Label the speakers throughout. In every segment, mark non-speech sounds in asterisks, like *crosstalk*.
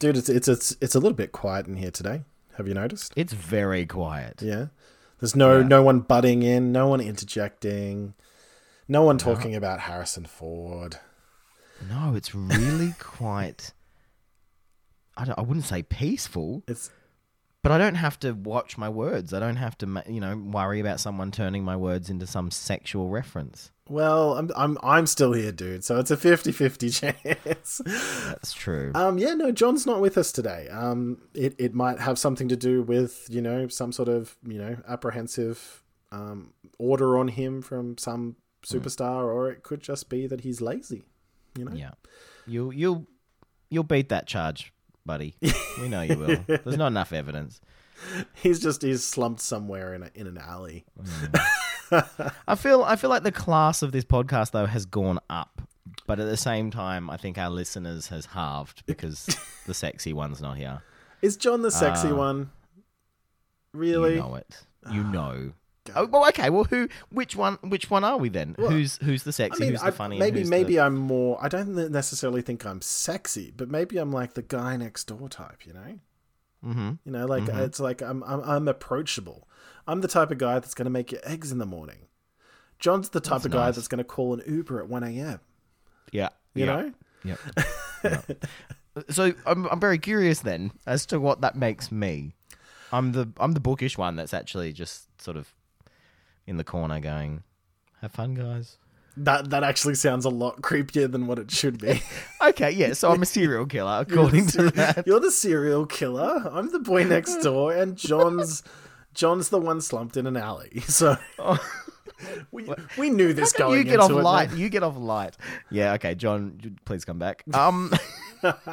Speaker 1: dude, it's it's it's it's a little bit quiet in here today. Have you noticed?
Speaker 2: It's very quiet.
Speaker 1: Yeah. There's no
Speaker 2: Yeah.
Speaker 1: no one butting in, no one interjecting, no one talking about Harrison Ford.
Speaker 2: No, it's *laughs* really quite. I, don't, I wouldn't say peaceful,
Speaker 1: It's
Speaker 2: but I don't have to watch my words. I don't have to, ma- you know, worry about someone turning my words into some sexual reference.
Speaker 1: well, I'm I'm I'm still here, dude. So it's a 50-50 *laughs* chance.
Speaker 2: That's true.
Speaker 1: Um, yeah, no, John's not with us today. Um, it, it might have something to do with, you know, some sort of, you know, apprehensive um, order on him from some superstar, or it could just be that he's lazy. You know?
Speaker 2: yeah, you you'll you'll beat that charge, *laughs* buddy. we know you will. There's not enough evidence.
Speaker 1: He's just, he's slumped somewhere in, a, in an alley.
Speaker 2: I feel I feel like the class of this podcast though has gone up, but at the same time, I think our listeners has halved because *laughs* the sexy one's not here.
Speaker 1: Is John the sexy
Speaker 2: Ah.
Speaker 1: one? Really? Ah,
Speaker 2: You know it. You know. Oh, well, okay. Well, who? Which one? Which one are we then? who's who's the
Speaker 1: I
Speaker 2: sexy?
Speaker 1: mean,
Speaker 2: who's the
Speaker 1: I-
Speaker 2: funny? and
Speaker 1: maybe
Speaker 2: who's
Speaker 1: maybe
Speaker 2: the...
Speaker 1: I'm more. I don't necessarily think I'm sexy, but maybe I'm like the guy next door type. You know,
Speaker 2: hmm
Speaker 1: You know, like it's like I'm, I'm I'm approachable. I'm the type of guy that's going to make your eggs in the morning. John's the type
Speaker 2: That's
Speaker 1: of guy
Speaker 2: nice.
Speaker 1: that's going to call an Uber at 1 a.m.
Speaker 2: Yeah.
Speaker 1: You
Speaker 2: yeah.
Speaker 1: know, *laughs*
Speaker 2: Yep. Yep. so I'm I'm very curious then as to what that makes me. I'm the I'm the bookish one that's actually just sort of in the corner going, "Have
Speaker 1: *laughs*
Speaker 2: fun, guys."
Speaker 1: that that actually sounds a lot creepier than what it should
Speaker 2: *laughs*
Speaker 1: be.
Speaker 2: Okay, yeah. So I'm a serial killer according to that.
Speaker 1: You're the serial killer. I'm the boy
Speaker 2: *laughs*
Speaker 1: next door, and John's John's the one slumped in an alley. *laughs* So we we knew this
Speaker 2: Oh. How come
Speaker 1: going
Speaker 2: *laughs* you get
Speaker 1: into
Speaker 2: off
Speaker 1: it,
Speaker 2: light.
Speaker 1: man.
Speaker 2: You get off light. Yeah. Okay, John, please come back. Um, *laughs*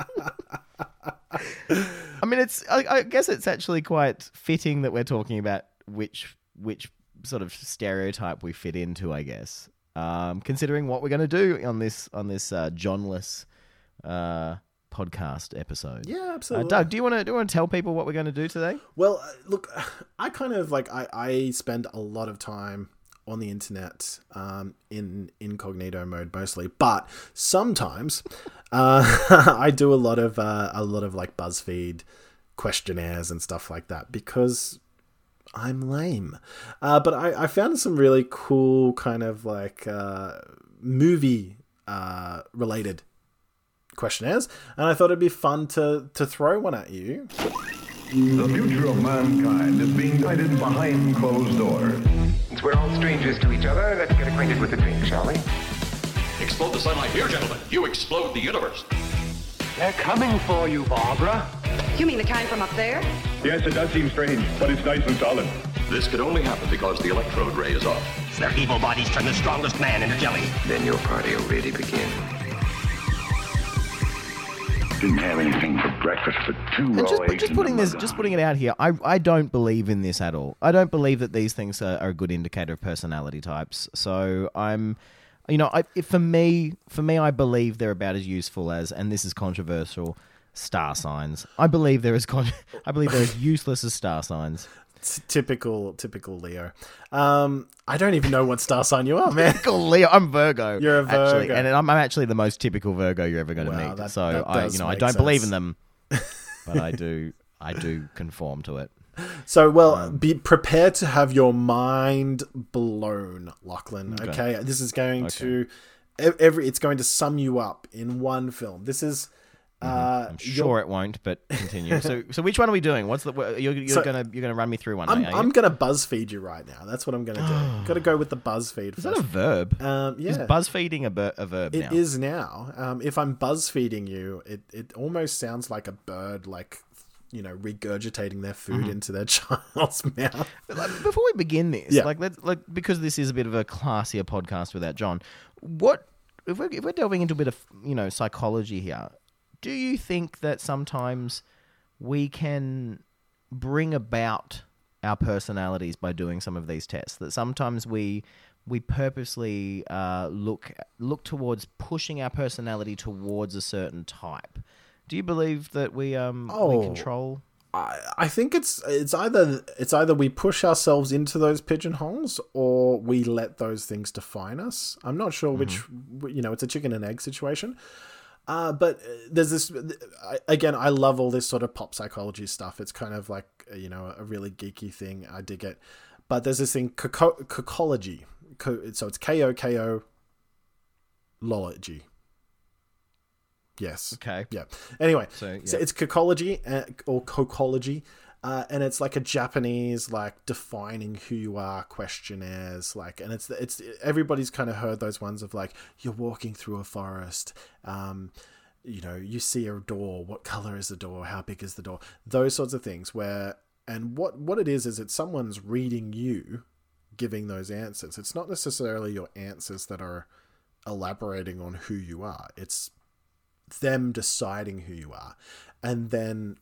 Speaker 2: I mean, it's. I, I guess it's actually quite fitting that we're talking about which which sort of stereotype we fit into. I guess, um, considering what we're going to do on this on this uh, Johnless uh, podcast episode.
Speaker 1: Yeah,
Speaker 2: Uh,
Speaker 1: absolutely.
Speaker 2: Doug, do you want to do you want to tell people what we're going to do today?
Speaker 1: Well, uh, look, *sighs* I kind of like I, I spend a lot of time on the internet um, in incognito mode mostly, but sometimes uh, *laughs* I do a lot of uh, a lot of like BuzzFeed questionnaires and stuff like that because I'm lame. Uh, but I, I found some really cool kind of like uh, movie uh, related questionnaires, and I thought it'd be fun to to throw one at you.
Speaker 3: The future of mankind is being guided behind closed doors.
Speaker 4: Since we're all strangers to each other, let's get acquainted with the drink, shall we?
Speaker 5: Explode the sunlight here, gentlemen. You explode the universe.
Speaker 4: They're coming for you, Barbara.
Speaker 6: You mean the kind from up there?
Speaker 3: Yes, it does seem strange, but it's nice and solid.
Speaker 5: This could only happen because the electrode ray is off.
Speaker 7: Their evil bodies turn the strongest man into jelly.
Speaker 4: Then your party will really begin.
Speaker 3: Didn't have anything for breakfast but two
Speaker 2: And just, just putting this, just putting it out here, I, I don't believe in this at all. I don't believe that these things are, are a good indicator of personality types. So I'm, you know, I, if for me, for me, I believe they're about as useful as, and this is controversial, star signs. I believe they're as, con- *laughs* I believe they're as useless as star signs.
Speaker 1: It's typical, typical Leo. Um, I don't even know what star sign you are, man.
Speaker 2: Typical Leo, I'm Virgo.
Speaker 1: You're a
Speaker 2: actually,
Speaker 1: Virgo.
Speaker 2: and I'm, I'm actually the most typical Virgo you're ever going to
Speaker 1: Wow,
Speaker 2: meet.
Speaker 1: that-
Speaker 2: so
Speaker 1: that
Speaker 2: I,
Speaker 1: does
Speaker 2: you know, I
Speaker 1: make
Speaker 2: don't believe
Speaker 1: sense.
Speaker 2: in them,
Speaker 1: *laughs*
Speaker 2: but I do, I do conform to it.
Speaker 1: So, well, be prepared to have your mind blown, Lachlan. Okay, this is going to ev- every. It's going to sum you up in one film. This is. Uh,
Speaker 2: Mm-hmm. I'm
Speaker 1: your-
Speaker 2: sure it won't, but
Speaker 1: *laughs*
Speaker 2: continue. so, so which one are we doing? What's the wh- you're, you're
Speaker 1: So-
Speaker 2: gonna you're gonna run me through one?
Speaker 1: I'm,
Speaker 2: are you?
Speaker 1: I'm gonna BuzzFeed you right now. That's what I'm gonna
Speaker 2: *gasps*
Speaker 1: do. Gotta go with the BuzzFeed
Speaker 2: is that a
Speaker 1: first.
Speaker 2: verb?
Speaker 1: Um, yeah,
Speaker 2: Is buzzfeeding a, ver- a verb
Speaker 1: It
Speaker 2: now?
Speaker 1: is now. Um, if I'm buzzfeeding you, it, it almost sounds like a bird, like you know, regurgitating their food into their *laughs* child's mouth.
Speaker 2: Like, Before we begin this,
Speaker 1: Yeah.
Speaker 2: like let's like because this is a bit of a classier podcast without John. What if we're, if we're delving into a bit of you know psychology here? Do you think that sometimes we can bring about our personalities by doing some of these tests? That sometimes we we purposely uh, look look towards pushing our personality towards a certain type. Do you believe that we um
Speaker 1: Oh.
Speaker 2: we control?
Speaker 1: I, I think it's it's either it's either we push ourselves into those pigeonholes or we let those things define us. I'm not sure which you know, it's a chicken and egg situation. Uh, but uh, there's this I, again. I love all this sort of pop psychology stuff. It's kind of like uh, you know a really geeky thing. I dig it. But there's this thing coco- cocology. Co- so it's K O K O. Lology. Yes.
Speaker 2: Okay.
Speaker 1: Yeah. Anyway,
Speaker 2: So,
Speaker 1: so,
Speaker 2: yeah.
Speaker 1: it's cocology uh, or cocology, uh, and it's like a Japanese like defining who you are questionnaires. Like, and it's it's everybody's kind of heard those ones of like you're walking through a forest. Um, you know, you see a door. What color is the door? How big is the door? Those sorts of things. Where and what what it is is it's someone's reading you, giving those answers. It's not necessarily your answers that are elaborating on who you are. It's them deciding who you are and then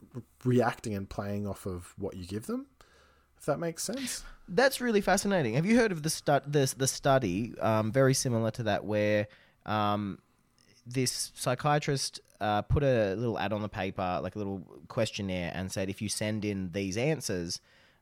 Speaker 1: reacting and playing off of what you give them if that makes sense
Speaker 2: That's really fascinating. Have you heard of the stu- this the study um, very similar to that where um, this psychiatrist uh, put a little ad on the paper, like a little questionnaire, and said if you send in these answers,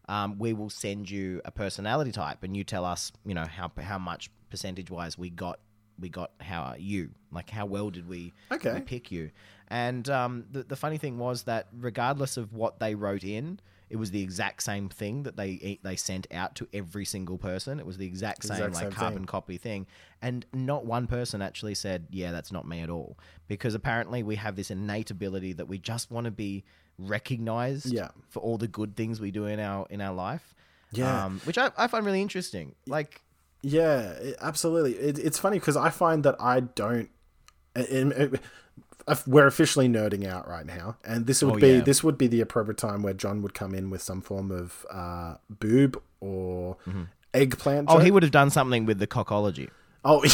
Speaker 2: um, we will send you a personality type, and you tell us, you know, how how much percentage wise we got we got how you like how well did we
Speaker 1: Okay.
Speaker 2: we pick you and um, the, the funny thing was that regardless of what they wrote in it was the exact same thing that they they sent out to every single person it was the exact same
Speaker 1: Exact
Speaker 2: like
Speaker 1: same
Speaker 2: carbon
Speaker 1: thing.
Speaker 2: copy thing and not one person actually said yeah that's not me at all because apparently we have this innate ability that we just want to be recognized
Speaker 1: Yeah.
Speaker 2: for all the good things we do in our in our life
Speaker 1: Yeah.
Speaker 2: um, which I, I find really interesting like
Speaker 1: yeah it- absolutely it, it's funny because i find that i don't in- in- if- we're officially nerding out right now and this would
Speaker 2: Oh,
Speaker 1: be
Speaker 2: yeah.
Speaker 1: this would be the appropriate time where john would come in with some form of uh, boob or eggplant
Speaker 2: Mm-hmm. oh he
Speaker 1: joke.
Speaker 2: would have done something with the cockology
Speaker 1: Oh, *laughs*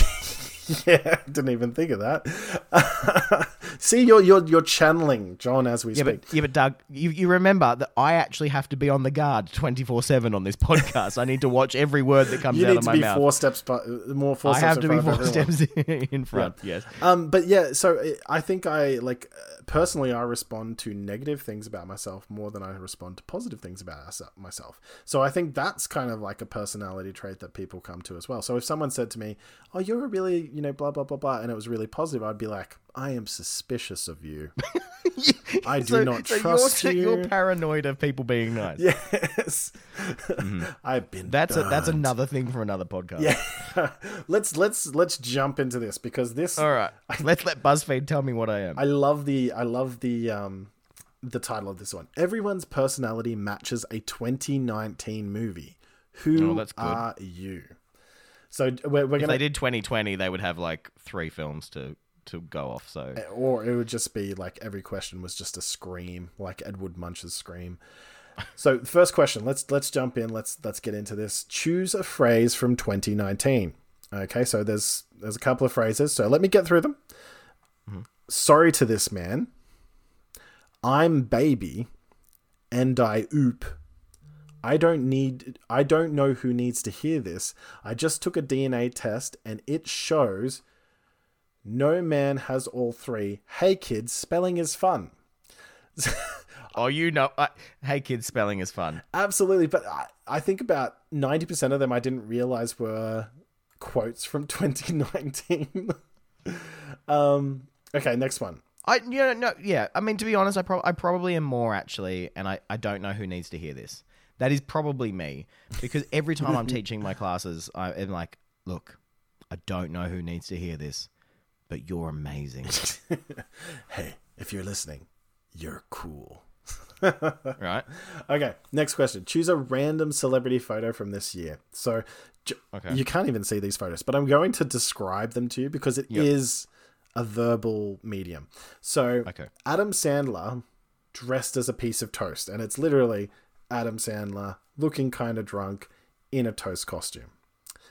Speaker 1: yeah, didn't even think of that. *laughs* See, you're you're you're channeling John as we
Speaker 2: Yeah,
Speaker 1: speak.
Speaker 2: but yeah, but Doug, you, you remember that I actually have to be on the guard twenty four seven on this *laughs* podcast. I need to watch every word that comes
Speaker 1: you
Speaker 2: out
Speaker 1: need
Speaker 2: of
Speaker 1: to
Speaker 2: my
Speaker 1: be
Speaker 2: mouth.
Speaker 1: four steps, but more four
Speaker 2: I
Speaker 1: steps.
Speaker 2: have
Speaker 1: in
Speaker 2: to be
Speaker 1: front of
Speaker 2: four *laughs*
Speaker 1: everyone.
Speaker 2: steps in front. Yes.
Speaker 1: Um, but yeah, so it, I think I like uh, personally I respond to negative things about myself more than I respond to positive things about us- uh, myself. So I think that's kind of like a personality trait that people come to as well. So if someone said to me, "Oh, you're a really you know blah blah blah blah," and it was really positive, I'd be like, "I am suspicious of
Speaker 2: *laughs*
Speaker 1: you. I do
Speaker 2: so,
Speaker 1: not
Speaker 2: so
Speaker 1: trust
Speaker 2: *laughs* you're,
Speaker 1: you."
Speaker 2: You're paranoid of people being
Speaker 1: *laughs*
Speaker 2: nice.
Speaker 1: yes, *laughs* I've been.
Speaker 2: Mm-hmm. That's a, that's
Speaker 1: burned.
Speaker 2: another thing for another podcast.
Speaker 1: let's let's let's jump into this because this
Speaker 2: All right. *laughs* Let's let BuzzFeed tell me what I am.
Speaker 1: I love the I love the um the title of this one. Everyone's personality matches a 2019 movie. Who
Speaker 2: Oh, that's good.
Speaker 1: are you? So we're, we're
Speaker 2: if they
Speaker 1: gonna,
Speaker 2: did twenty twenty, they would have like three films to to go off. So
Speaker 1: or it would just be like every question was just a scream, like Edward Munch's scream. So first question, let's let's jump in. Let's let's get into this. Choose a phrase from 2019. Okay, so there's there's a couple of phrases. So let me get through them. Sorry to this man. I'm baby, and I oop. I don't need. I don't know who needs to hear this. I just took a DNA test, and it shows no man has all three. Hey kids, spelling is fun. *laughs*
Speaker 2: oh, you know, I, hey kids, spelling is fun.
Speaker 1: Absolutely, but I, I think about 90% of them I didn't realize were quotes from *laughs* 2019. *laughs* um okay, next one.
Speaker 2: I yeah no yeah. I mean, to be honest, I, prob- I probably am more actually, and I, I don't know who needs to hear this. That is probably me because every time
Speaker 1: *laughs*
Speaker 2: I'm teaching my classes, I am like, look, I don't know who needs to hear this, but
Speaker 1: *laughs*
Speaker 2: you're amazing,
Speaker 1: Hey, if you're listening, you're cool.
Speaker 2: right?
Speaker 1: Okay, next question. Choose a random celebrity photo from this year. So j-
Speaker 2: Okay.
Speaker 1: you can't even see these photos, but I'm going to describe them to you because it is a verbal medium. So
Speaker 2: Okay.
Speaker 1: Adam Sandler dressed as a piece of toast, and it's literally Adam Sandler looking kind of drunk in a toast costume.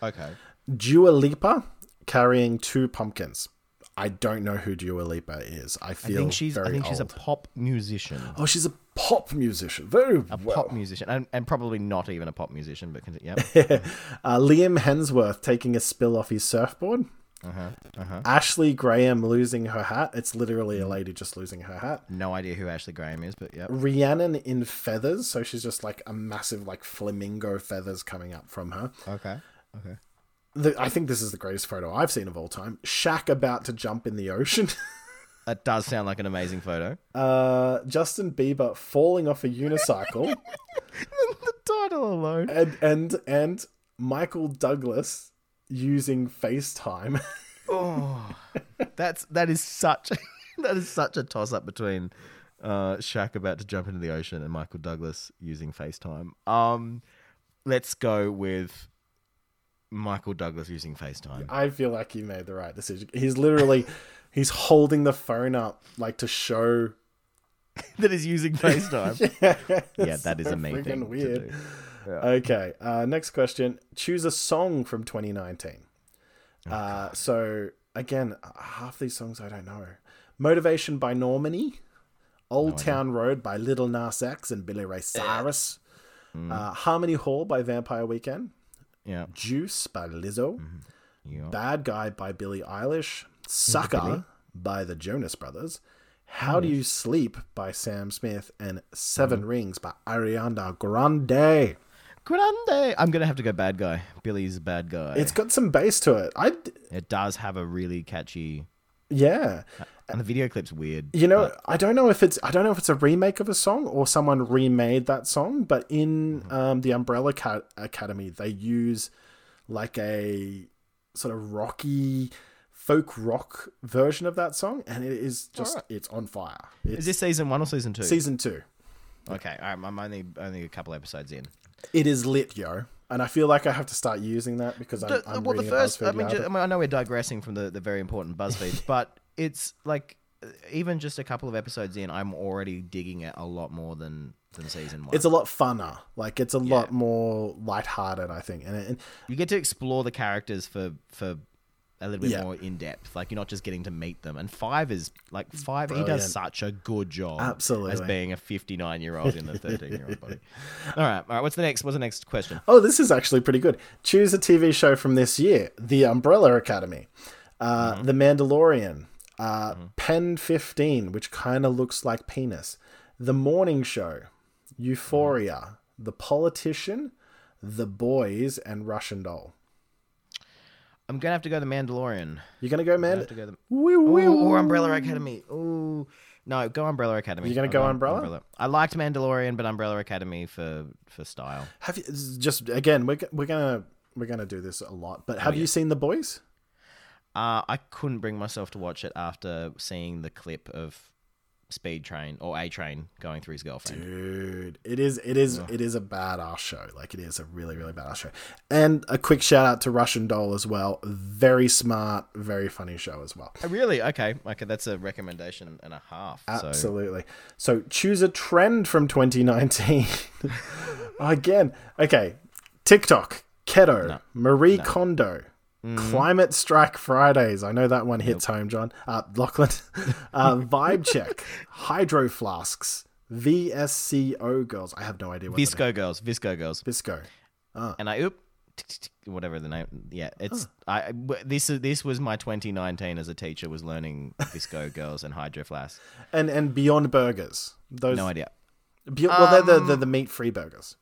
Speaker 2: Okay.
Speaker 1: Dua Lipa carrying two pumpkins. I don't know who Dua Lipa is. I
Speaker 2: I
Speaker 1: feel
Speaker 2: think she's
Speaker 1: very
Speaker 2: I think
Speaker 1: old.
Speaker 2: she's a pop musician,
Speaker 1: oh, she's a pop musician. Very
Speaker 2: a
Speaker 1: well.
Speaker 2: pop musician, and, and probably not even a pop musician, but can, yep. *laughs*
Speaker 1: Uh, Liam Hemsworth taking a spill off his surfboard. Ashley Graham losing her hat. It's literally a lady just losing her hat.
Speaker 2: no idea who Ashley Graham is, but yep.
Speaker 1: Rhiannon in feathers, so she's just like a massive like flamingo feathers coming up from her.
Speaker 2: Okay. Okay.
Speaker 1: The, I think this is the greatest photo I've seen of all time. Shaq about to jump in the ocean. *laughs*
Speaker 2: That does sound like an amazing photo.
Speaker 1: Uh, Justin Bieber falling off a unicycle,
Speaker 2: the title alone.
Speaker 1: and and and Michael Douglas using FaceTime.
Speaker 2: Oh, That's that is such *laughs* that is such a toss up between uh, Shaq about to jump into the ocean and Michael Douglas using FaceTime. Um, let's go with Michael Douglas using FaceTime.
Speaker 1: I feel like he made the right decision. He's literally he's holding the phone up like to show.
Speaker 2: *laughs* that is using *laughs* FaceTime.
Speaker 1: yeah,
Speaker 2: yeah, that is a main
Speaker 1: freaking
Speaker 2: thing to
Speaker 1: weird.
Speaker 2: do.
Speaker 1: Okay. Uh, next question. Choose a song from 2019. uh, so again, half these songs I don't know. Motivation by Normani, Old Town Road by Little Nas X and Billy Ray Cyrus, uh, Harmony Hall by Vampire Weekend,
Speaker 2: Yeah.
Speaker 1: Juice by Lizzo,
Speaker 2: Yeah.
Speaker 1: Bad Guy by Billie Eilish, Sucker by the Jonas Brothers, How Do You Sleep by Sam Smith, and Seven Rings by Ariana Grande.
Speaker 2: Grande. I'm gonna have to go bad guy. Billy's a bad guy.
Speaker 1: It's got some bass to it. I d-
Speaker 2: it does have a really catchy,
Speaker 1: yeah.
Speaker 2: and the video clip's weird.
Speaker 1: You know, I don't know if it's I don't know if it's a remake of a song or someone remade that song, but in
Speaker 2: Mm-hmm.
Speaker 1: um, the Umbrella Ca- Academy, they use like a sort of rocky folk rock version of that song, and it is just it's on fire. It's
Speaker 2: Is this season one or season two?
Speaker 1: season two.
Speaker 2: Okay, all right, I'm only only a couple episodes in.
Speaker 1: It is lit, yo, and I feel like I have to start using that because I'm,
Speaker 2: The-
Speaker 1: I'm
Speaker 2: well, the
Speaker 1: reading
Speaker 2: first,
Speaker 1: a BuzzFeed
Speaker 2: I mean, ju- um, I
Speaker 1: article.
Speaker 2: mean, I know we're digressing from the, the very important
Speaker 1: *laughs*
Speaker 2: BuzzFeed, but it's like uh, even just a couple of episodes in, I'm already digging it a lot more than than season one.
Speaker 1: It's a lot funner. Like it's a lot more lighthearted, I think, and, and
Speaker 2: you get to explore the characters for for a little bit
Speaker 1: Yeah.
Speaker 2: more in depth. Like you're not just getting to meet them. And five is like five. He
Speaker 1: Brilliant.
Speaker 2: does such a good job, as
Speaker 1: Absolutely.
Speaker 2: being a 59 year old
Speaker 1: *laughs*
Speaker 2: in the 13 year old body. All right, all right. What's the next? What's the next question?
Speaker 1: Oh, this is actually pretty good. Choose a TV show from this year: The Umbrella Academy, uh,
Speaker 2: Mm-hmm.
Speaker 1: The Mandalorian, uh, Pen Fifteen, which kind of looks like penis, The Morning Show, Euphoria,
Speaker 2: Mm-hmm.
Speaker 1: The Politician, The Boys, and Russian Doll.
Speaker 2: I'm gonna have to go the Mandalorian.
Speaker 1: You're gonna go, man.
Speaker 2: have to go the- Oh.
Speaker 1: Woo, woo,
Speaker 2: Ooh,
Speaker 1: woo.
Speaker 2: or Umbrella Academy. Ooh. No, go Umbrella Academy.
Speaker 1: You're gonna
Speaker 2: I'm
Speaker 1: go
Speaker 2: going
Speaker 1: Umbrella?
Speaker 2: I liked Mandalorian, but Umbrella Academy for for style.
Speaker 1: Have you just again? We're, g- we're gonna we're gonna do this a lot. But
Speaker 2: Oh,
Speaker 1: have you seen The Boys?
Speaker 2: Uh, I couldn't bring myself to watch it after seeing the clip of Speed Train or A Train going through his girlfriend.
Speaker 1: Dude, it is it is it is a badass show. Like it is a really really badass show. And a quick shout out to Russian Doll as well. Very smart, very funny show as well.
Speaker 2: Oh, Really? Okay. Okay, that's a recommendation and a half. So.
Speaker 1: Absolutely. So choose a trend from
Speaker 2: *laughs*
Speaker 1: 2019. Again, okay. TikTok, keto, Marie Kondo,
Speaker 2: Mm-hmm.
Speaker 1: Climate Strike Fridays. I know that one hits home, John. Uh,
Speaker 2: *laughs*
Speaker 1: Lachlan, uh, Vibe Check, Hydro Flasks, VSCO Girls. I have no idea what that is.
Speaker 2: Visco Girls, Visco Girls.
Speaker 1: Visco.
Speaker 2: and I oop, tick, tick, tick, whatever the name. Yeah, it's I. w- This is this was my 2019 as a teacher was learning
Speaker 1: *laughs*
Speaker 2: Visco Girls and Hydro Flask.
Speaker 1: and and Beyond Burgers. Those
Speaker 2: No idea.
Speaker 1: Be- well, they're the, the, the meat free burgers.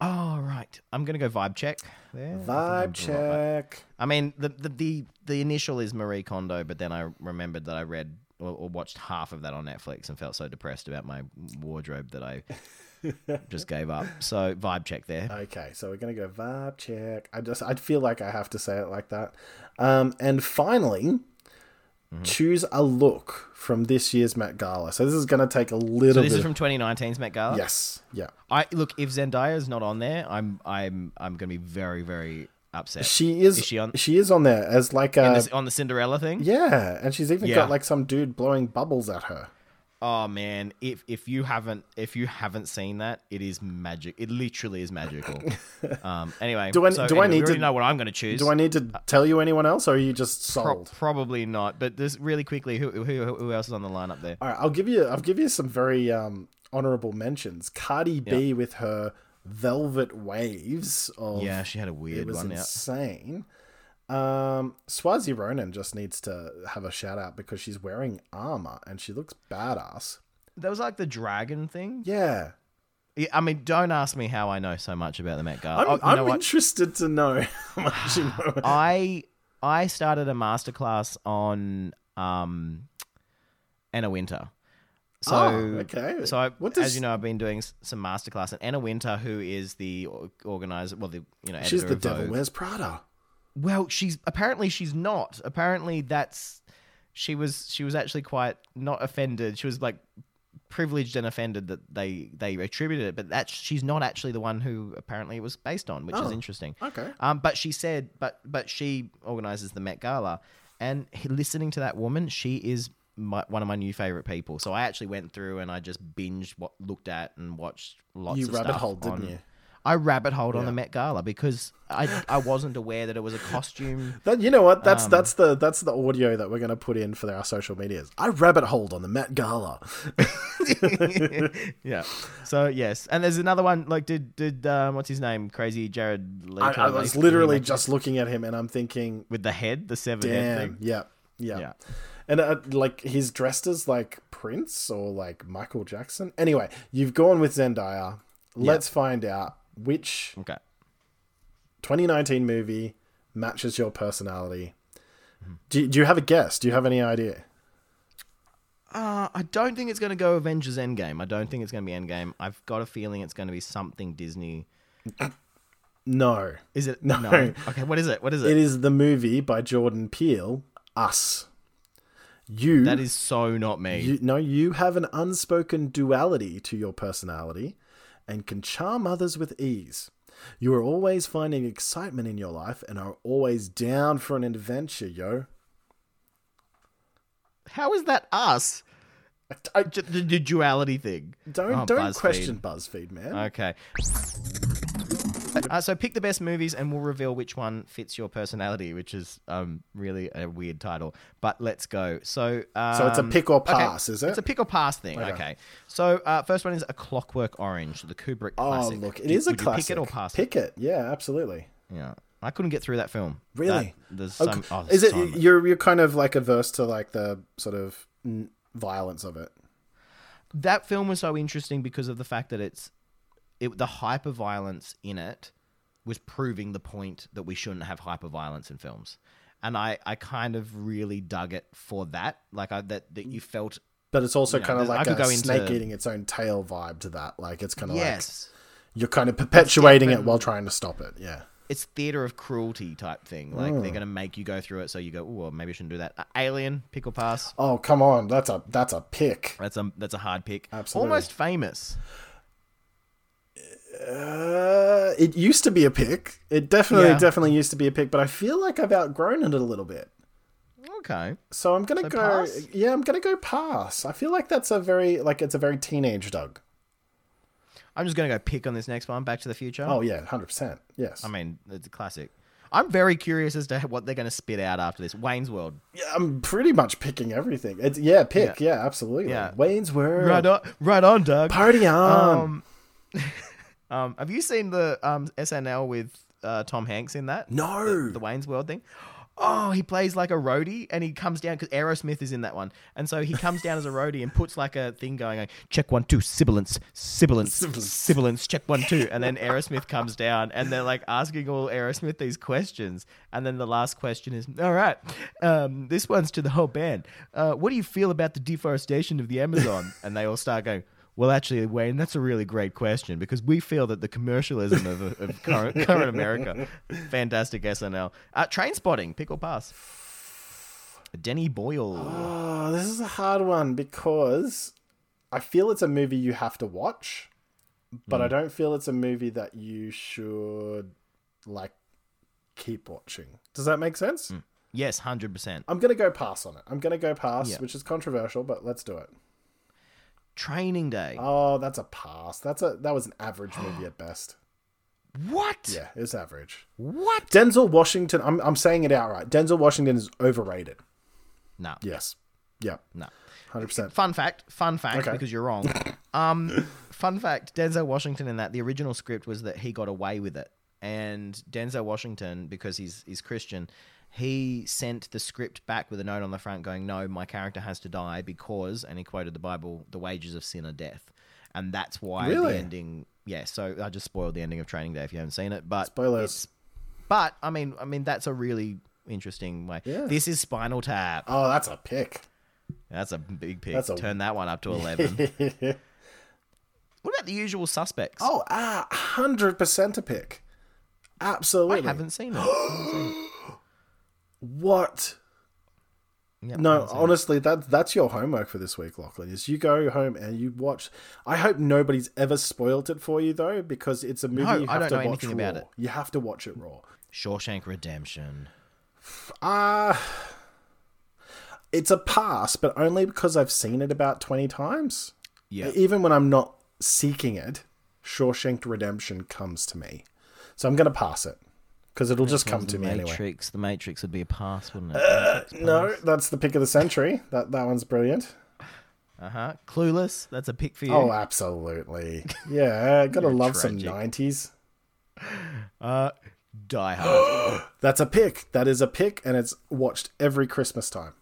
Speaker 2: Oh right, I'm gonna go vibe check. There.
Speaker 1: Vibe check.
Speaker 2: I mean, the, the the the initial is Marie Kondo, but then I remembered that I read or, or watched half of that on Netflix and felt so depressed about my wardrobe
Speaker 1: *laughs*
Speaker 2: that I just gave up. So vibe check there.
Speaker 1: Okay, so we're gonna go vibe check. I just I feel like I have to say it like that. Um, and finally,
Speaker 2: Mm-hmm.
Speaker 1: choose a look from this year's Met Gala. So this is gonna take a little
Speaker 2: so this
Speaker 1: bit. of-
Speaker 2: is from 2019's Met Gala.
Speaker 1: yes, yeah.
Speaker 2: I look if Zendaya is not on there, I'm I'm I'm gonna be very very upset.
Speaker 1: She is,
Speaker 2: Is
Speaker 1: she
Speaker 2: she on-
Speaker 1: is on there as like a
Speaker 2: And this- on the Cinderella thing.
Speaker 1: yeah, and she's even
Speaker 2: Yeah.
Speaker 1: got like some dude blowing bubbles at her.
Speaker 2: Oh man, if if you haven't if you haven't seen that, it is magic. It literally
Speaker 1: *laughs*
Speaker 2: is magical. um. Anyway,
Speaker 1: Do I-
Speaker 2: so
Speaker 1: do I
Speaker 2: anyway, we
Speaker 1: need to-
Speaker 2: already know what I'm gonna choose?
Speaker 1: Do I need
Speaker 2: uh,
Speaker 1: to tell you anyone else, or are you just
Speaker 2: Pro-
Speaker 1: sold?
Speaker 2: probably not. But just really quickly, who, who who else is on the lineup there?
Speaker 1: All right, I'll give you. I'll give you some very um, honorable mentions. Cardi B with her velvet waves. Of,
Speaker 2: Yeah, she had a
Speaker 1: it
Speaker 2: weird
Speaker 1: was
Speaker 2: one out.
Speaker 1: insane. Um, Swazi Ronan just needs to have a shout out because she's wearing armor and she looks badass.
Speaker 2: That was like the dragon thing.
Speaker 1: Yeah,
Speaker 2: Yeah. I mean, don't ask me how I know so much about the Met Gala.
Speaker 1: I'm,
Speaker 2: Oh, you
Speaker 1: I'm
Speaker 2: know what?
Speaker 1: interested to know *laughs* how much
Speaker 2: *sighs*
Speaker 1: you know.
Speaker 2: I I started a masterclass on um Anna Winter. So,
Speaker 1: Oh, okay.
Speaker 2: So, I,
Speaker 1: What
Speaker 2: as
Speaker 1: does-
Speaker 2: you know, I've been doing s- some masterclass, and Anna Winter, who is the or- organizer, well, the you know,
Speaker 1: She's
Speaker 2: editor
Speaker 1: the
Speaker 2: of
Speaker 1: devil
Speaker 2: Vogue.
Speaker 1: wears Prada.
Speaker 2: Well, she's apparently she's not. Apparently that's she was she was actually quite not offended. She was like privileged and offended that they they attributed it, but that's she's not actually the one who apparently it was based on, which is
Speaker 1: Oh,
Speaker 2: interesting.
Speaker 1: okay.
Speaker 2: Um, but she said, but but she organizes the Met Gala, and he- listening to that woman, she is. My, one of my new favorite people. So I actually went through and I just binged, what looked at, and watched lots.
Speaker 1: You
Speaker 2: of
Speaker 1: rabbit
Speaker 2: stuff
Speaker 1: holed, didn't
Speaker 2: on-
Speaker 1: you?
Speaker 2: I rabbit holed on the Met Gala because I I wasn't aware that it was a
Speaker 1: *laughs*
Speaker 2: costume.
Speaker 1: That you know what?
Speaker 2: Um,
Speaker 1: That's that's the that's the audio that we're gonna put in for our social medias. I rabbit holed on the Met Gala.
Speaker 2: yeah. So yes, and there's another one. Like, did did um, what's his name? Crazy Jared Leto.
Speaker 1: I, I was
Speaker 2: like,
Speaker 1: literally
Speaker 2: he mentioned-
Speaker 1: just looking at him and I'm thinking,
Speaker 2: with the head, the severed head
Speaker 1: damn,
Speaker 2: thing.
Speaker 1: yeah, yeah.
Speaker 2: Yeah.
Speaker 1: And uh, like he's dressed as like Prince or like Michael Jackson. Anyway, you've gone with Zendaya. Let's find out which
Speaker 2: Okay.
Speaker 1: 2019 movie matches your personality.
Speaker 2: Mm-hmm.
Speaker 1: Do, do you have a guess? Do you have any idea?
Speaker 2: Uh, I don't think it's going to go Avengers Endgame. I don't think it's going to be Endgame. I've got a feeling it's going to be something Disney.
Speaker 1: No.
Speaker 2: Is it?
Speaker 1: No.
Speaker 2: Okay. What is it? What is it?
Speaker 1: It is the movie by Jordan Peele, Us. You
Speaker 2: that is so not me.
Speaker 1: you no, you have an unspoken duality to your personality and can charm others with ease. You are always finding excitement in your life and are always down for an adventure, yo.
Speaker 2: How is that us?
Speaker 1: I-
Speaker 2: Ju- the, the duality thing.
Speaker 1: Don't
Speaker 2: Oh,
Speaker 1: don't
Speaker 2: BuzzFeed. Oh,
Speaker 1: question BuzzFeed, man.
Speaker 2: Okay. Uh, so pick the best movies, and we'll reveal which one fits your personality, which is um, really a weird title. But let's go. So, um,
Speaker 1: So it's a pick or
Speaker 2: okay.
Speaker 1: pass, is it?
Speaker 2: It's a pick or pass thing. Okay. So uh, first one is A Clockwork Orange, the Kubrick
Speaker 1: oh,
Speaker 2: classic.
Speaker 1: look, it
Speaker 2: Do-
Speaker 1: is a
Speaker 2: would you
Speaker 1: classic.
Speaker 2: Pick it or pass
Speaker 1: Pick it. Yeah, absolutely.
Speaker 2: it. Yeah, I couldn't get through that film.
Speaker 1: Really?
Speaker 2: That- there's
Speaker 1: Oh,
Speaker 2: some.
Speaker 1: c-
Speaker 2: Oh, there's
Speaker 1: is it
Speaker 2: so much.
Speaker 1: you're you're kind of like averse to like the sort of mm, violence of it?
Speaker 2: that film was so interesting because of the fact that it's it the hyper violence in it was proving the point that we shouldn't have hyper violence in films and i i kind of really dug it for that like i that that you felt
Speaker 1: But it's also
Speaker 2: You know,
Speaker 1: kind of
Speaker 2: there's- I
Speaker 1: like
Speaker 2: could
Speaker 1: a
Speaker 2: go into-
Speaker 1: snake eating its own tail vibe to that. Like it's kind of like
Speaker 2: yes
Speaker 1: you're kind of perpetuating it
Speaker 2: and-
Speaker 1: while trying to stop it. Yeah.
Speaker 2: it's theater of cruelty type thing like they're gonna make you go through it so you go oh well, maybe i shouldn't do that Uh, alien pickle pass
Speaker 1: Oh come on, that's a that's a pick.
Speaker 2: that's a that's a hard pick
Speaker 1: Absolutely.
Speaker 2: almost famous
Speaker 1: Uh, it used to be a pick. It definitely
Speaker 2: Yeah.
Speaker 1: definitely used to be a pick, but I feel like I've outgrown it a little bit.
Speaker 2: okay
Speaker 1: So I'm gonna
Speaker 2: So
Speaker 1: go.
Speaker 2: pass?
Speaker 1: Yeah, I'm gonna go pass. I feel like that's a very like it's a very teenage Doug.
Speaker 2: i'm just gonna go pick on this next one back to the future
Speaker 1: Oh yeah, hundred percent. Yes.
Speaker 2: I mean, it's a classic. I'm very curious as to what they're going to spit out after this. Wayne's World.
Speaker 1: Yeah, I'm pretty much picking everything. It's yeah, pick. Yeah, absolutely.
Speaker 2: Yeah.
Speaker 1: Wayne's World.
Speaker 2: Right on, right on, Doug.
Speaker 1: Party on.
Speaker 2: *laughs* Um, have you seen the um, SNL with uh, Tom Hanks in that?
Speaker 1: No.
Speaker 2: the, the Wayne's World thing. Oh, he plays like a roadie, and he comes down because Aerosmith is in that one, and so he comes down as a roadie and puts like a thing going, like, check one two, sibilance, sibilance, sibilance, check one two, and then Aerosmith comes down, and they're like asking all Aerosmith these questions, and then the last question is, all right, um, this one's to the whole band. Uh, what do you feel about the deforestation of the Amazon? and they all start going. Well, actually, Wayne, that's a really great question because we feel that the commercialism of, of current, current America, fantastic SNL, uh, train spotting, pick or pass. Denny Boyle.
Speaker 1: Oh, this is a hard one because I feel it's a movie you have to watch, but
Speaker 2: Hmm.
Speaker 1: I don't feel it's a movie that you should like keep watching. Does that make sense?
Speaker 2: Hmm. Yes, hundred percent.
Speaker 1: I'm gonna go pass on it. I'm gonna go pass,
Speaker 2: Yeah.
Speaker 1: which is controversial, but let's do it.
Speaker 2: Training Day.
Speaker 1: Oh, that's a pass. That's a that was an
Speaker 2: *gasps*
Speaker 1: average movie at best.
Speaker 2: what?
Speaker 1: Yeah, it was average.
Speaker 2: What?
Speaker 1: Denzel Washington. I'm I'm saying it outright. Denzel Washington is overrated.
Speaker 2: No.
Speaker 1: Yes. Yep.
Speaker 2: No.
Speaker 1: Hundred percent.
Speaker 2: Fun fact. Fun fact.
Speaker 1: Okay.
Speaker 2: Because
Speaker 1: *laughs*
Speaker 2: you're wrong. um, fun fact. Denzel Washington in that the original script was that he got away with it, and Denzel Washington because he's he's Christian, he sent the script back with a note on the front going, "No, my character has to die because," and he quoted the Bible, "The wages of sin are death," and that's why
Speaker 1: Really?
Speaker 2: the ending. Yeah. So I just spoiled the ending of Training Day if you haven't seen it, but
Speaker 1: Spoilers.
Speaker 2: it's- But I mean, I mean that's a really interesting way.
Speaker 1: Yeah.
Speaker 2: This is Spinal Tap.
Speaker 1: Oh, that's a pick. *laughs*
Speaker 2: That's a big pick.
Speaker 1: That's a-
Speaker 2: Turn that one up to 11. what about the usual suspects?
Speaker 1: Oh, ah, hundred percent a pick.
Speaker 2: I
Speaker 1: Absolutely.
Speaker 2: haven't seen
Speaker 1: *gasps*
Speaker 2: it.
Speaker 1: What?
Speaker 2: Yeah, I
Speaker 1: No,
Speaker 2: haven't seen it.
Speaker 1: honestly, that that's your homework for this week, Lachlan. Is you go home and you watch. I hope nobody's ever spoiled it for you though, because it's a movie
Speaker 2: No,
Speaker 1: you
Speaker 2: I
Speaker 1: have
Speaker 2: don't
Speaker 1: to
Speaker 2: know
Speaker 1: watch
Speaker 2: anything
Speaker 1: raw.
Speaker 2: about it.
Speaker 1: You have to watch it raw.
Speaker 2: Shawshank Redemption.
Speaker 1: Ah, it's a pass, but only because I've seen it about twenty times.
Speaker 2: Yeah.
Speaker 1: Even when I'm not seeking it, Shawshank Redemption comes to me, so I'm gonna pass it because it'll just come to
Speaker 2: the
Speaker 1: me anyway. Uh.
Speaker 2: Matrix. The Matrix would be a pass, wouldn't it?
Speaker 1: No, that's the pick of the century. That that one's brilliant.
Speaker 2: Uh huh. Clueless. That's a pick for you.
Speaker 1: Oh, absolutely. Yeah, gotta love some
Speaker 2: tragic.
Speaker 1: nineties. *gasps*
Speaker 2: Die Hard.
Speaker 1: That's a pick. That is a pick, and it's watched every Christmas time.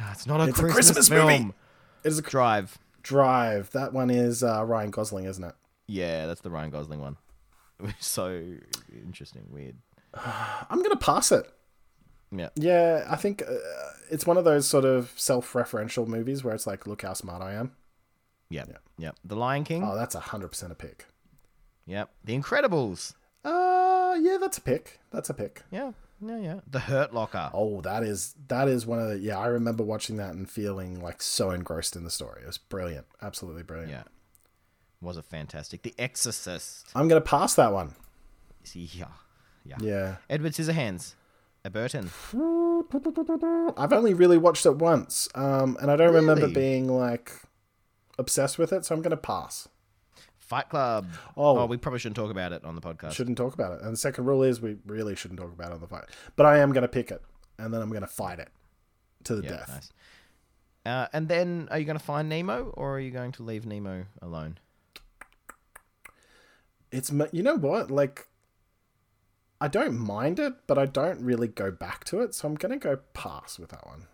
Speaker 2: Ah, it's not a
Speaker 1: It's a
Speaker 2: Christmas,
Speaker 1: Christmas
Speaker 2: film.
Speaker 1: movie. It is a cr-
Speaker 2: Drive.
Speaker 1: drive. That one is uh, Ryan Gosling, isn't it?
Speaker 2: Yeah, that's the Ryan Gosling one. *laughs* so interesting, weird.
Speaker 1: I'm gonna pass it.
Speaker 2: Yeah.
Speaker 1: Yeah, I think uh, it's one of those sort of self-referential movies where it's like, look how smart I am.
Speaker 2: Yep. Yep. The Lion King.
Speaker 1: Oh, that's hundred percent a pick.
Speaker 2: Yep. The Incredibles.
Speaker 1: Uh yeah, that's a pick. That's a pick.
Speaker 2: Yeah. Yeah, yeah. The Hurt Locker.
Speaker 1: Oh, that is that is one of the yeah. I remember watching that and feeling like so engrossed in the story. It was brilliant, absolutely brilliant.
Speaker 2: Yeah. Was a fantastic. The Exorcist.
Speaker 1: I'm gonna pass that one.
Speaker 2: See, yeah. Yeah.
Speaker 1: Yeah,
Speaker 2: Edward Scissorhands. A Burton.
Speaker 1: I've only really watched it once, um, and I don't remember
Speaker 2: Really?
Speaker 1: being like obsessed with it. So I'm gonna pass.
Speaker 2: Fight Club.
Speaker 1: Oh.
Speaker 2: we probably shouldn't talk about it on the podcast.
Speaker 1: Shouldn't talk about it. And the second rule is we really shouldn't talk about it on the fight. But I am gonna pick it, and then I'm gonna fight it to the
Speaker 2: yeah,
Speaker 1: death.
Speaker 2: nice. Uh, and then, are you going to find Nemo, or are you going to leave Nemo alone?
Speaker 1: It's ma- you know what like. I don't mind it, but I don't really go back to it, so I'm gonna go pass with that one.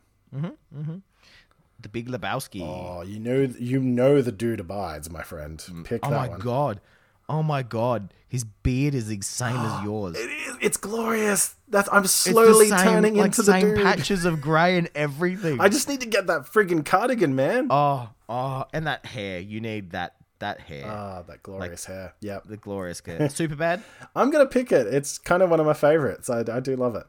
Speaker 2: The Big Lebowski.
Speaker 1: Oh, you know, you know the dude abides, my friend. Pick
Speaker 2: Oh
Speaker 1: that
Speaker 2: my
Speaker 1: one.
Speaker 2: god. Oh my god. His beard is the same
Speaker 1: *gasps*
Speaker 2: as yours.
Speaker 1: It is, it's glorious. That's I'm
Speaker 2: It's the
Speaker 1: slowly
Speaker 2: same-
Speaker 1: turning
Speaker 2: like,
Speaker 1: into the
Speaker 2: same
Speaker 1: dude.
Speaker 2: patches of grey and everything.
Speaker 1: I just need to get that friggin' cardigan, man. Ah,
Speaker 2: oh oh, and that hair. You need that that hair.
Speaker 1: Ah, that glorious hair. Yep.
Speaker 2: the glorious hair.
Speaker 1: *laughs*
Speaker 2: Super bad.
Speaker 1: I'm gonna pick it. It's kind of one of my favorites. I, I do love it.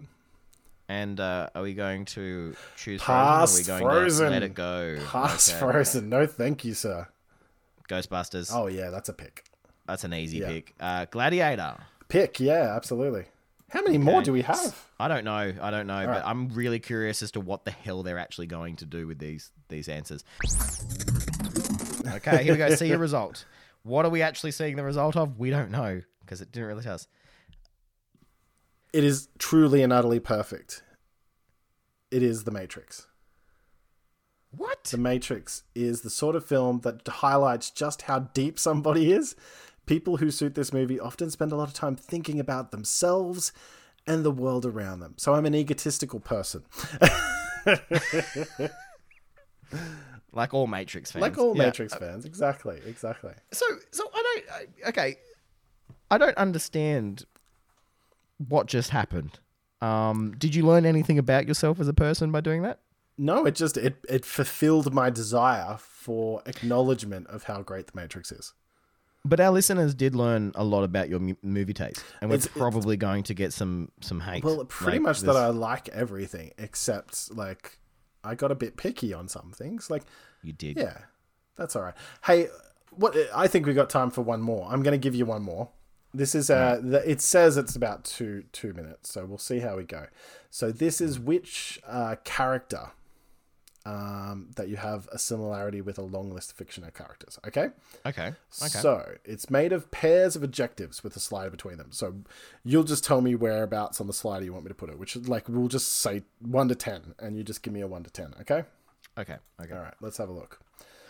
Speaker 2: And uh, are we going to choose
Speaker 1: Pass
Speaker 2: Frozen? Or are we going
Speaker 1: Frozen.
Speaker 2: to let it go?
Speaker 1: Pass
Speaker 2: Okay.
Speaker 1: Frozen. No, thank you, sir.
Speaker 2: Ghostbusters.
Speaker 1: Oh yeah, that's a pick.
Speaker 2: That's an easy
Speaker 1: Yeah.
Speaker 2: pick. Uh, Gladiator.
Speaker 1: Pick. Yeah, absolutely. How many more do we have?
Speaker 2: I don't know. I don't know, but
Speaker 1: right.
Speaker 2: I'm really curious as to what the hell they're actually going to do with these these answers. Okay, here we go. See your result. What are we actually seeing the result of? We don't know because it didn't really tell us.
Speaker 1: It is truly and utterly perfect. It is The Matrix.
Speaker 2: What?
Speaker 1: The Matrix is the sort of film that highlights just how deep somebody is. People who suit this movie often spend a lot of time thinking about themselves and the world around them. So I'm an egotistical person.
Speaker 2: Like all Matrix fans.
Speaker 1: Like all
Speaker 2: Yeah.
Speaker 1: Matrix fans. Exactly, exactly.
Speaker 2: So, so I don't. I, okay, I don't understand what just happened. Um, did you learn anything about yourself as a person by doing that?
Speaker 1: No, it just it it fulfilled my desire for acknowledgement of how great The Matrix is.
Speaker 2: But our listeners did learn a lot about your mu- movie taste, and we're
Speaker 1: It's- it's-
Speaker 2: probably going to get some some hate.
Speaker 1: Well, pretty
Speaker 2: like
Speaker 1: much
Speaker 2: this.
Speaker 1: that I like everything except like I got a bit picky on some things. Like
Speaker 2: you did.
Speaker 1: Yeah, that's all right. Hey, what? I think we got time for one more. I'm going to give you one more. This is uh, the, it says it's about two two minutes, so we'll see how we go. So this
Speaker 2: Mm.
Speaker 1: is which uh, character um, that you have a similarity with a long list of fictional characters. Okay,
Speaker 2: Okay. Okay.
Speaker 1: so it's made of pairs of adjectives with a slider between them. So you'll just tell me whereabouts on the slider you want me to put it, which is like we'll just say one to ten, and you just give me a one to ten. Okay,
Speaker 2: okay. Okay.
Speaker 1: all right, let's have a look.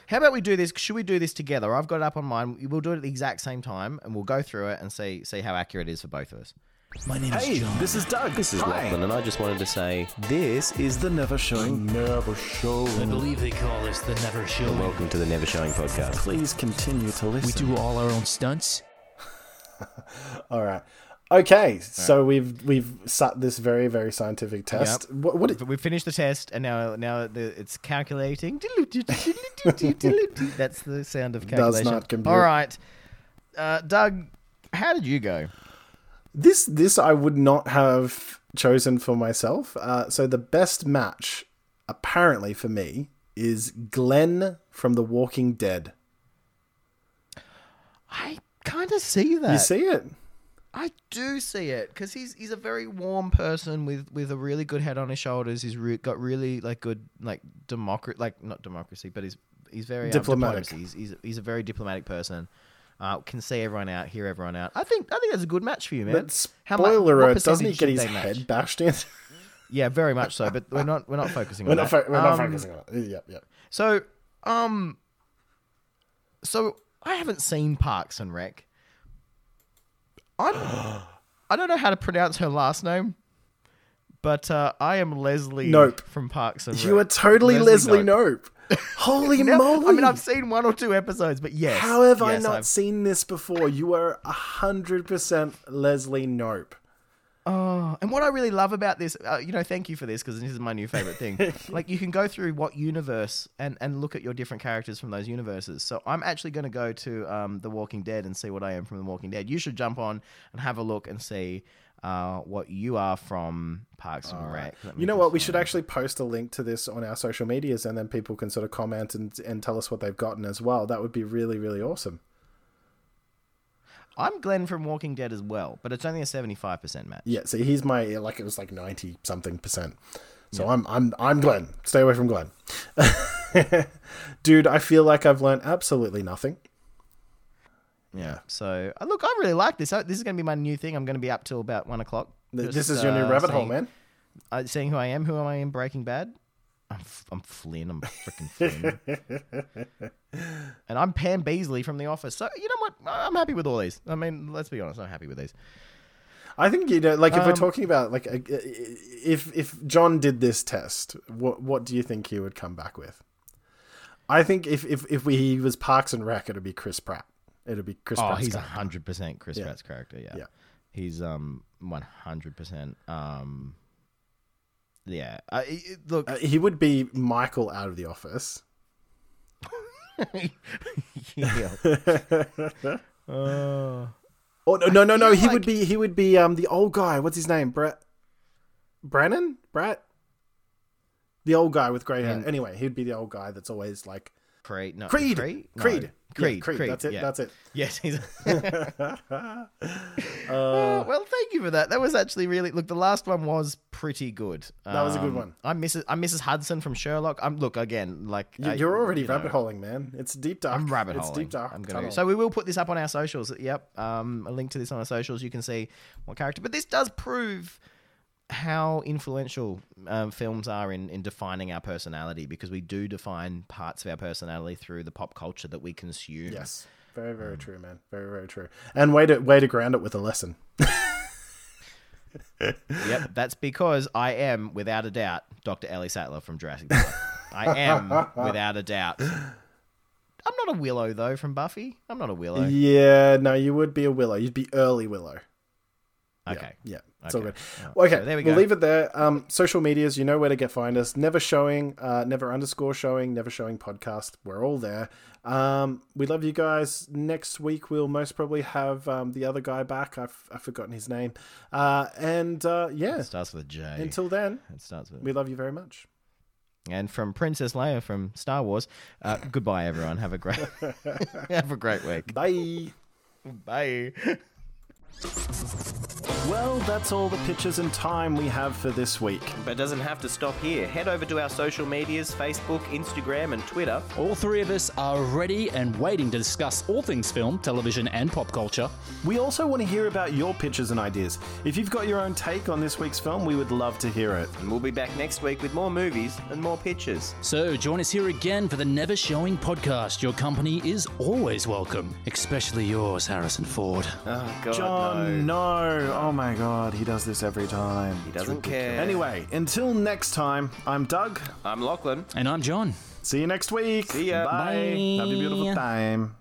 Speaker 2: How about we do this? Should we do this together? I've got it up on mine. We'll do it at the exact same time, and we'll go through it and see see how accurate it is for both of us.
Speaker 8: Hey, this is Doug. This is Lachlan, and I just wanted to say this is the Never Showing.
Speaker 1: Never show.
Speaker 9: I believe they call us the Never Show.
Speaker 8: Welcome to the Never Showing podcast.
Speaker 1: Please continue to listen.
Speaker 9: all our own stunts.
Speaker 1: All right. Okay, so we've we've sat this very very scientific test.
Speaker 2: Yep.
Speaker 1: What, what
Speaker 2: We finished the test, and now now the, it's calculating. That's the sound of calculation.
Speaker 1: not compute.
Speaker 2: All right, uh, Doug, how did you go?
Speaker 1: this this I would not have chosen for myself. Uh, so the best match apparently for me is Glenn from The Walking Dead.
Speaker 2: I kind of see that.
Speaker 1: You see it?
Speaker 2: I do see it because he's he's a very warm person with with a really good head on his shoulders. He's re- got really like good like democrat like not democracy, but he's he's very um,
Speaker 1: Diplomatic.
Speaker 2: diplomacy. He's, he's he's a very diplomatic person. Uh, can see everyone out, hear everyone out. I think I think that's a good match for you, man.
Speaker 1: But
Speaker 2: mu-
Speaker 1: spoiler
Speaker 2: what
Speaker 1: alert, doesn't he
Speaker 2: percentage
Speaker 1: get
Speaker 2: did
Speaker 1: his
Speaker 2: they match?
Speaker 1: head bashed in? *laughs*
Speaker 2: Yeah, very much so. But we're not we're not focusing
Speaker 1: we're
Speaker 2: on
Speaker 1: not,
Speaker 2: that.
Speaker 1: fo- we're not
Speaker 2: Um,
Speaker 1: focusing on it. Yep, yep.
Speaker 2: so, um, so I haven't seen Parks and Rec. I I don't know how to pronounce her last name, but uh, I am Leslie
Speaker 1: Nope.
Speaker 2: from Parks and Rec.
Speaker 1: You are totally Leslie,
Speaker 2: *laughs*
Speaker 1: Nope. Holy moly!
Speaker 2: I mean, I've seen one or two episodes, but yes.
Speaker 1: How have I
Speaker 2: yes,
Speaker 1: not
Speaker 2: I've-
Speaker 1: seen this before? You are hundred percent Leslie Nope.
Speaker 2: Oh, And what I really love about this, uh, you know, thank you for this because this is my new
Speaker 1: *laughs*
Speaker 2: favorite thing. like you can go through what universe and and look at your different characters from those universes. So I'm actually going to go to um, The Walking Dead and see what I am from The Walking Dead. You should jump on and have a look and see uh, what you are from Parks and Rec. Let me
Speaker 1: You know
Speaker 2: just
Speaker 1: what? We should
Speaker 2: find-
Speaker 1: actually post a link to this on our social medias, and then people can sort of comment and and tell us what they've gotten as well. That would be really really awesome.
Speaker 2: I'm Glenn from Walking Dead as well, but it's only a 75% match.
Speaker 1: Yeah. See, he's my like it was like ninety something percent. So I'm I'm I'm Glenn. Stay away from Glenn. *laughs* Dude, I feel like I've learned absolutely nothing.
Speaker 2: Yeah. So uh, look, I really like this. Uh, This is going to be my new thing. I'm going to be up till about one o'clock.
Speaker 1: Th-
Speaker 2: just,
Speaker 1: this is your new
Speaker 2: uh,
Speaker 1: rabbit hole,
Speaker 2: seeing-
Speaker 1: man.
Speaker 2: uh, saying who I am. Who am I in Breaking Bad? I'm, F- I'm Flynn. I'm freaking Flynn. *laughs* and I'm Pam Beasley from The Office. So you know what? I'm happy with all these. I mean, let's be honest. I'm happy with these.
Speaker 1: I think you know, like if we're
Speaker 2: Um,
Speaker 1: talking about like a- if if John did this test, what what do you think he would come back with? I think if if if we, he was Parks and Rec, it'd be Chris Pratt. It'd be Chris
Speaker 2: Oh,
Speaker 1: Pratt.
Speaker 2: he's hundred percent Chris Pratt's character. Yeah.
Speaker 1: Yeah.
Speaker 2: He's um one hundred percent um. Yeah. Uh, it- it- look.
Speaker 1: he would be Michael out of the office.
Speaker 2: Uh, *laughs* yeah.
Speaker 1: Oh no no no no! He would be he would be um the old guy. What's his name? Brett. Brennan. Brett. The old guy with grey hair. Anyway, he'd be the old guy that's always like
Speaker 2: Creed. No,
Speaker 1: Creed. Creed.
Speaker 2: Creed. No.
Speaker 1: Creed.
Speaker 2: Creed.
Speaker 1: Yeah, Creed. That's it.
Speaker 2: yeah.
Speaker 1: That's it. Uh,
Speaker 2: *laughs*
Speaker 1: *laughs*
Speaker 2: Yes, he's. Oh, well, thank you for that. That was actually really look. The last one was pretty good. Um,
Speaker 1: That was a good one.
Speaker 2: I'm Mrs. I'm Mrs. Hudson from Sherlock. I'm look again like
Speaker 1: You-
Speaker 2: I-
Speaker 1: You're already
Speaker 2: you know,
Speaker 1: rabbit holing, man. It's deep dark.
Speaker 2: I'm rabbit
Speaker 1: It's
Speaker 2: holing.
Speaker 1: deep dark.
Speaker 2: I'm
Speaker 1: tunnel.
Speaker 2: gonna, so we will put this up on our socials. Yep, um, a link to this on our socials. You can see what character. But this does prove how influential um, films are in, in defining our personality because we do define parts of our personality through the pop culture that we consume.
Speaker 1: yes, very very
Speaker 2: Mm.
Speaker 1: true, man. Very very true. And way to way to ground it with a lesson.
Speaker 2: Yep, that's because I am, without a doubt, Dr. Ellie Sattler from Jurassic Park. I am,
Speaker 1: *laughs*
Speaker 2: without a doubt. I'm not a Willow, though, from Buffy. I'm not a Willow.
Speaker 1: Yeah, no, you would be a willow. You'd be early willow.
Speaker 2: Okay.
Speaker 1: Yeah, it's all
Speaker 2: Okay.
Speaker 1: good.
Speaker 2: All right,
Speaker 1: Okay,
Speaker 2: so there we
Speaker 1: will
Speaker 2: go.
Speaker 1: leave it there. Um, social medias, you know where to get find us. Never showing, uh, never underscore showing, never showing podcast. We're all there. Um, we love you guys. Next week we'll most probably have um, the other guy back. I've, I've forgotten his name. Uh, and uh, yeah,
Speaker 2: It starts with a J.
Speaker 1: until then,
Speaker 2: it starts with
Speaker 1: we love you very much.
Speaker 2: And from Princess Leia from Star Wars, uh, goodbye, everyone. Have a great, *laughs* have a great week.
Speaker 1: Bye.
Speaker 2: Bye.
Speaker 1: Well, that's all the pictures and time we have for this week.
Speaker 8: But it doesn't have to stop here. Head over to our social medias Facebook, Instagram, and Twitter.
Speaker 10: All three of us are ready and waiting to discuss all things film, television, and pop culture.
Speaker 1: We also want to hear about your pictures and ideas. If you've got your own take on this week's film, we would love to hear it.
Speaker 8: And we'll be back next week with more movies and more pictures.
Speaker 10: So join us here again for the Never Showing podcast. Your company is always welcome, especially yours, Harrison Ford.
Speaker 8: Oh, God.
Speaker 1: John,
Speaker 8: no.
Speaker 1: no. Oh my god, he does this every time.
Speaker 8: He doesn't care.
Speaker 1: Anyway, until next time, I'm Doug.
Speaker 8: I'm Lachlan.
Speaker 10: And I'm John.
Speaker 1: See you next week.
Speaker 8: See ya.
Speaker 1: Bye.
Speaker 10: Bye.
Speaker 1: Have a beautiful time.